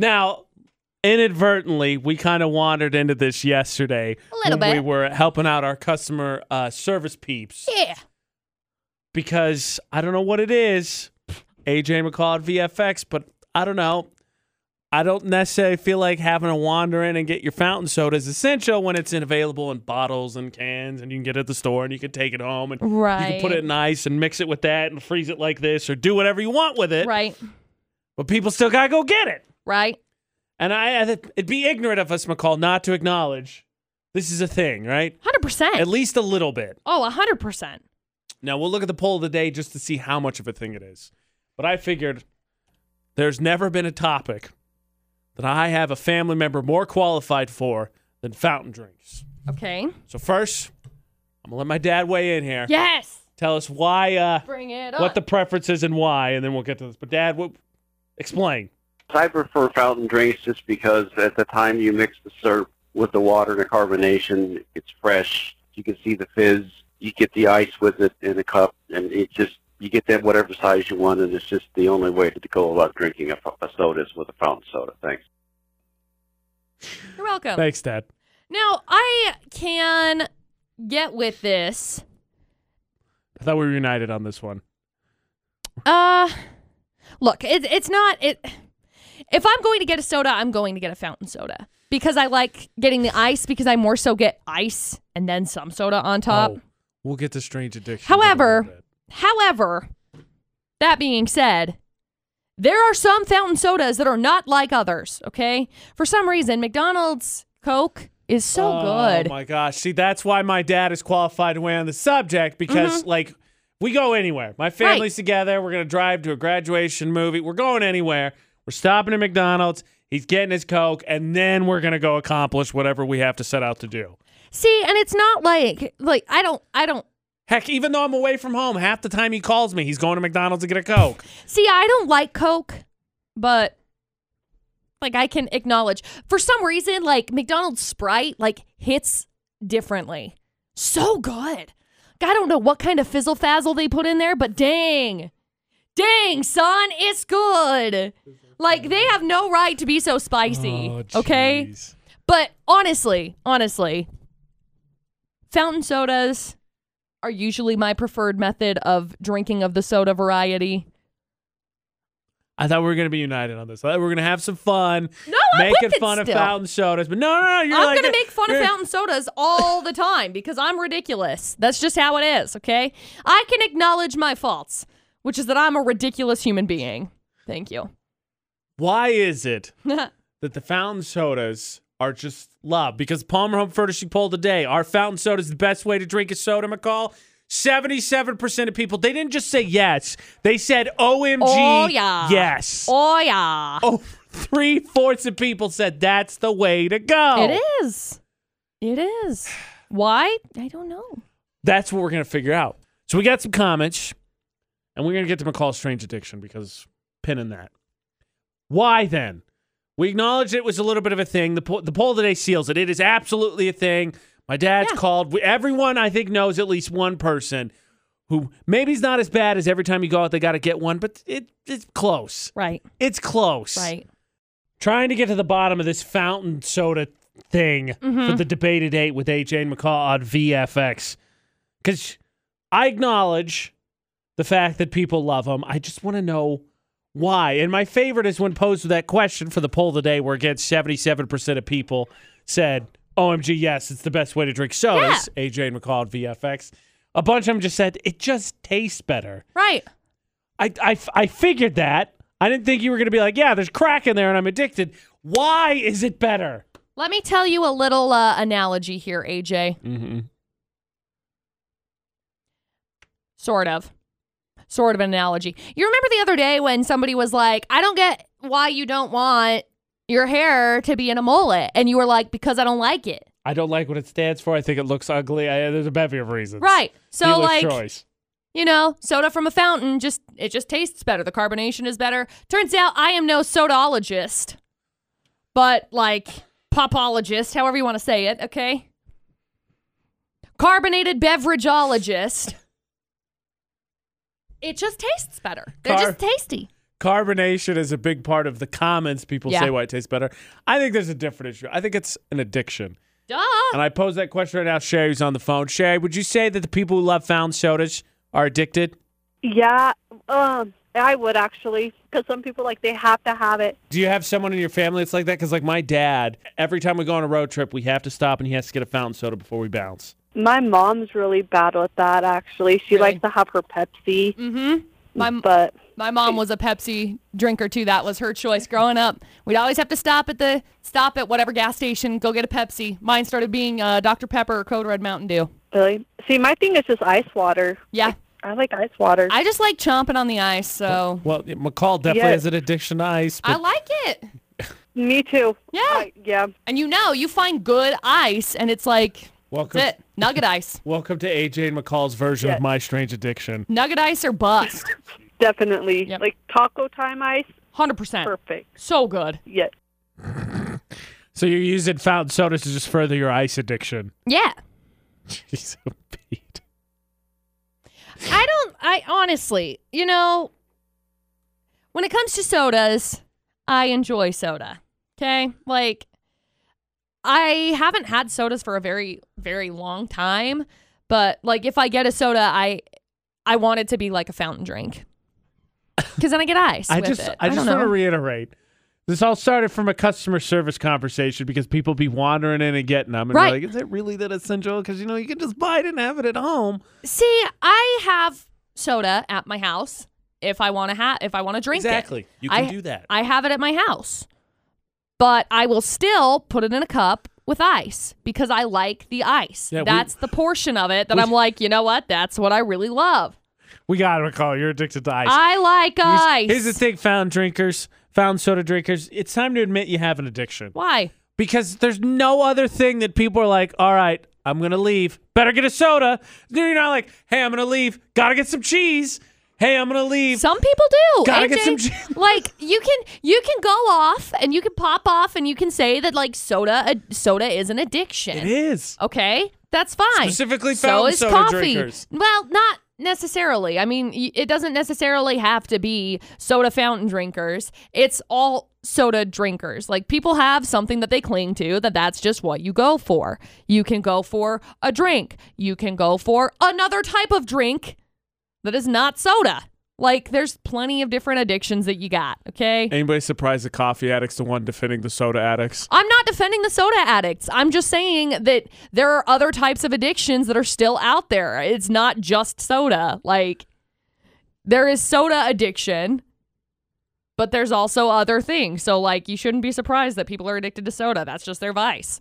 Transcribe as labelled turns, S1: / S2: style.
S1: Now, inadvertently, we kind of wandered into this yesterday
S2: A little
S1: when we
S2: bit.
S1: were helping out our customer uh, service peeps
S2: Yeah.
S1: because I don't know what it is. AJ McCall at VFX, but I don't know. I don't necessarily feel like having to wander in and get your fountain soda is essential when it's available in bottles and cans, and you can get it at the store and you can take it home and
S2: Right.
S1: you can put it in ice and mix it with that and freeze it like this or do whatever you want with it.
S2: Right.
S1: But people still gotta go get it.
S2: Right.
S1: And I, I think it'd be ignorant of us, McCall, not to acknowledge this is a thing, right?
S2: Hundred
S1: At
S2: percent.
S1: least a little bit.
S2: Oh, hundred percent.
S1: Now we'll look at the poll of the day just to see how much of a thing it is. But I figured there's never been a topic that I have a family member more qualified for than fountain drinks.
S2: Okay.
S1: So first, I'm gonna let my dad weigh in here.
S2: Yes.
S1: Tell us why, uh,
S2: Bring it
S1: what the preference is and why, and then we'll get to this. But dad, what, explain.
S3: I prefer fountain drinks just because at the time you mix the syrup with the water and the carbonation, it's fresh. You can see the fizz. You get the ice with it in a cup, and it just you get that whatever size you want, and it's just the only way to go about drinking a, fo- a soda is with a fountain soda. Thanks.
S2: You're welcome.
S1: Thanks, dad.
S2: Now I can get with this.
S1: I thought we were united on this one.
S2: Uh, look, it, it's not it. If I'm going to get a soda, I'm going to get a fountain soda because I like getting the ice because I more so get ice and then some soda on top.
S1: Oh, we'll get to strange addiction.
S2: However- However, that being said, there are some fountain sodas that are not like others, okay? For some reason, McDonald's Coke is so
S1: Oh
S2: good.
S1: my gosh. See, that's why my dad is qualified to weigh on the subject because,
S2: Mm-hmm.
S1: like, we go anywhere. My family's together. We're going to drive to a graduation movie. We're going anywhere. We're stopping at McDonald's. He's getting his Coke, and then we're going to go accomplish whatever we have to set out to do.
S2: See, and it's not like like I don't I don't
S1: Heck, even though I'm away from home, half the time he calls me, he's going to McDonald's to get a Coke.
S2: See, I don't like Coke, but like I can acknowledge for some reason like McDonald's Sprite like hits differently. So good. Like, I don't know what kind of fizzle fazzle they put in there, but dang. Dang, son, it's good. Like they have no right to be so spicy.
S1: Oh,
S2: okay? But honestly, honestly, fountain sodas are usually my preferred method of drinking of the soda variety.
S1: I thought we were going to be united on this. I thought we were going to have some fun.
S2: No, I'm
S1: making
S2: with it
S1: fun
S2: still.
S1: of fountain sodas. But no, no, no. You're
S2: I'm
S1: like
S2: gonna
S1: it.
S2: make fun of
S1: You're-
S2: fountain sodas all the time because I'm ridiculous. That's just how it is. Okay, I can acknowledge my faults, which is that I'm a ridiculous human being. Thank you.
S1: Why is it
S2: They're
S1: that the fountain sodas are just love because Palmer Home Furnishing poll today. Our fountain soda is the best way to drink a soda, McCall. 77% of people, they didn't just say yes. They said OMG.
S2: Oh, yeah.
S1: Yes.
S2: oh yeah,
S1: Oh, three fourths of people said that's the way to go.
S2: it is. It is. Why? I don't know.
S1: That's what we're going to figure out. So we got some comments, and we're going to get to McCall's strange addiction because pinning that. Why then? We acknowledge it was a little bit of a thing. The, po- the poll today seals it. It is absolutely a thing. My dad's
S2: Yeah.
S1: called. We- everyone, I think, knows at least one person who maybe is not as bad as every time you go out, they got to get one, but it, it's close.
S2: Right.
S1: It's close.
S2: Right.
S1: Trying to get to the bottom of this fountain soda thing for the debate at eight with AJ and McCall on VFX. Because I acknowledge the fact that people love them. I just want to know why. And my favorite is when posed with that question for the poll today, where again, 77% of people said, OMG, yes, it's the best way to drink sodas. AJ and McCall at VFX. A bunch of them just said, it just tastes better.
S2: Right.
S1: I, I, I figured that. I didn't think you were going to be like, yeah, there's crack in there and I'm addicted. Why is it better?
S2: Let me tell you a little uh, analogy here, AJ.
S1: Mm-hmm.
S2: Sort of. Sort of an analogy. You remember the other day when somebody was like, I don't get why you don't want your hair to be in a mullet. And you were like, because I don't like it.
S1: I don't like what it stands for. I think it looks ugly. I, uh, there's a bevy of reasons.
S2: Right. So,
S1: Dealer's
S2: like,
S1: choice.
S2: you know, soda from a fountain, just it just tastes better. The carbonation is better. Turns out I am no sodologist, but like popologist, however you want to say it, okay? Carbonated beverageologist. It just tastes better. They're
S1: Car-
S2: just tasty.
S1: carbonation is a big part of the comments people
S2: Yeah.
S1: say why it tastes better. I think there's a different issue. I think it's an addiction.
S2: Duh.
S1: And I pose that question right now. Sherry's on the phone. Sherry, would you say that the people who love fountain sodas are addicted?
S4: Yeah, um, I would actually, because some people like they have to have it.
S1: Do you have someone in your family that's like that? Because, like, my dad, every time we go on a road trip, we have to stop and he has to get a fountain soda before we bounce.
S4: My mom's really bad with that. Actually, she
S2: Really?
S4: likes to have her Pepsi,
S2: Mm-hmm. My
S4: but
S2: my mom was a Pepsi drinker too. That was her choice growing up. We'd always have to stop at the stop at whatever gas station, go get a Pepsi. Mine started being uh, Dr Pepper or Code Red Mountain Dew.
S4: really, see, my thing is just ice water.
S2: Yeah,
S4: I like ice water.
S2: I just like chomping on the ice, so
S1: Well, McCall definitely
S4: Yeah.
S1: has an addiction to ice.
S2: I
S1: But
S2: like it.
S4: Me too.
S2: Yeah.
S4: I- yeah.
S2: And you know, you find good ice, and it's like
S1: welcome,
S2: that's it, nugget ice,
S1: welcome to AJ and McCall's version
S4: Yeah.
S1: of my strange addiction.
S2: nugget ice or bust.
S4: Definitely.
S2: Yep.
S4: Like taco time ice,
S2: Hundred percent,
S4: perfect.
S2: so good.
S4: Yes.
S1: So you're using fountain sodas to just further your ice addiction.
S2: Yeah,
S1: Jeez, oh, Pete.
S2: I don't. I honestly, you know, when it comes to sodas, I enjoy soda. Okay, like I haven't had sodas for a very, very long time. But like, if I get a soda, I I want it to be like a fountain drink, because then I get ice.
S1: I
S2: with
S1: just,
S2: it.
S1: I
S2: don't
S1: just
S2: know.
S1: want to reiterate. This all started from a customer service conversation because people be wandering in and getting them, and
S2: Right.
S1: they're like, "Is it really that essential?" Because you know you can just buy it and have it at home.
S2: See, I have soda at my house if I want to have if I want to drink it.
S1: you
S2: can I- do I have it at my house. But I will still put it in a cup with ice because I like the ice.
S1: Yeah, we-
S2: that's the portion of it that
S1: we-
S2: I'm like, you know what? That's what I really love.
S1: we got to recall you're addicted to ice.
S2: I like ice.
S1: Here's the thing, fountain drinkers, fountain soda drinkers. It's time to admit you have an addiction
S2: Why?
S1: because there's no other thing that people are like, "All right, I'm gonna leave. Better get a soda." You're not like, "Hey, I'm gonna leave. Gotta get some cheese." Hey, I'm gonna leave.
S2: Some people do.
S1: Gotta
S2: AJ,
S1: get some gin.
S2: like you can you can go off and you can pop off and you can say that like soda soda is an addiction.
S1: it is.
S2: Okay, that's fine.
S1: Specifically
S2: so
S1: fountain
S2: is
S1: soda
S2: coffee.
S1: drinkers.
S2: Well, not necessarily. I mean, y- it doesn't necessarily have to be soda fountain drinkers. It's all soda drinkers. Like people have something that they cling to that that's just what you go for. You can go for a drink. You can go for another type of drink that is not soda. Like there's plenty of different addictions that you got, okay?
S1: Anybody surprised the coffee addict's the one defending the soda addicts?
S2: I'm not defending the soda addicts. I'm just saying that there are other types of addictions that are still out there. It's not just soda. Like there is soda addiction, but there's also other things. So like you shouldn't be surprised that people are addicted to soda. That's just their vice.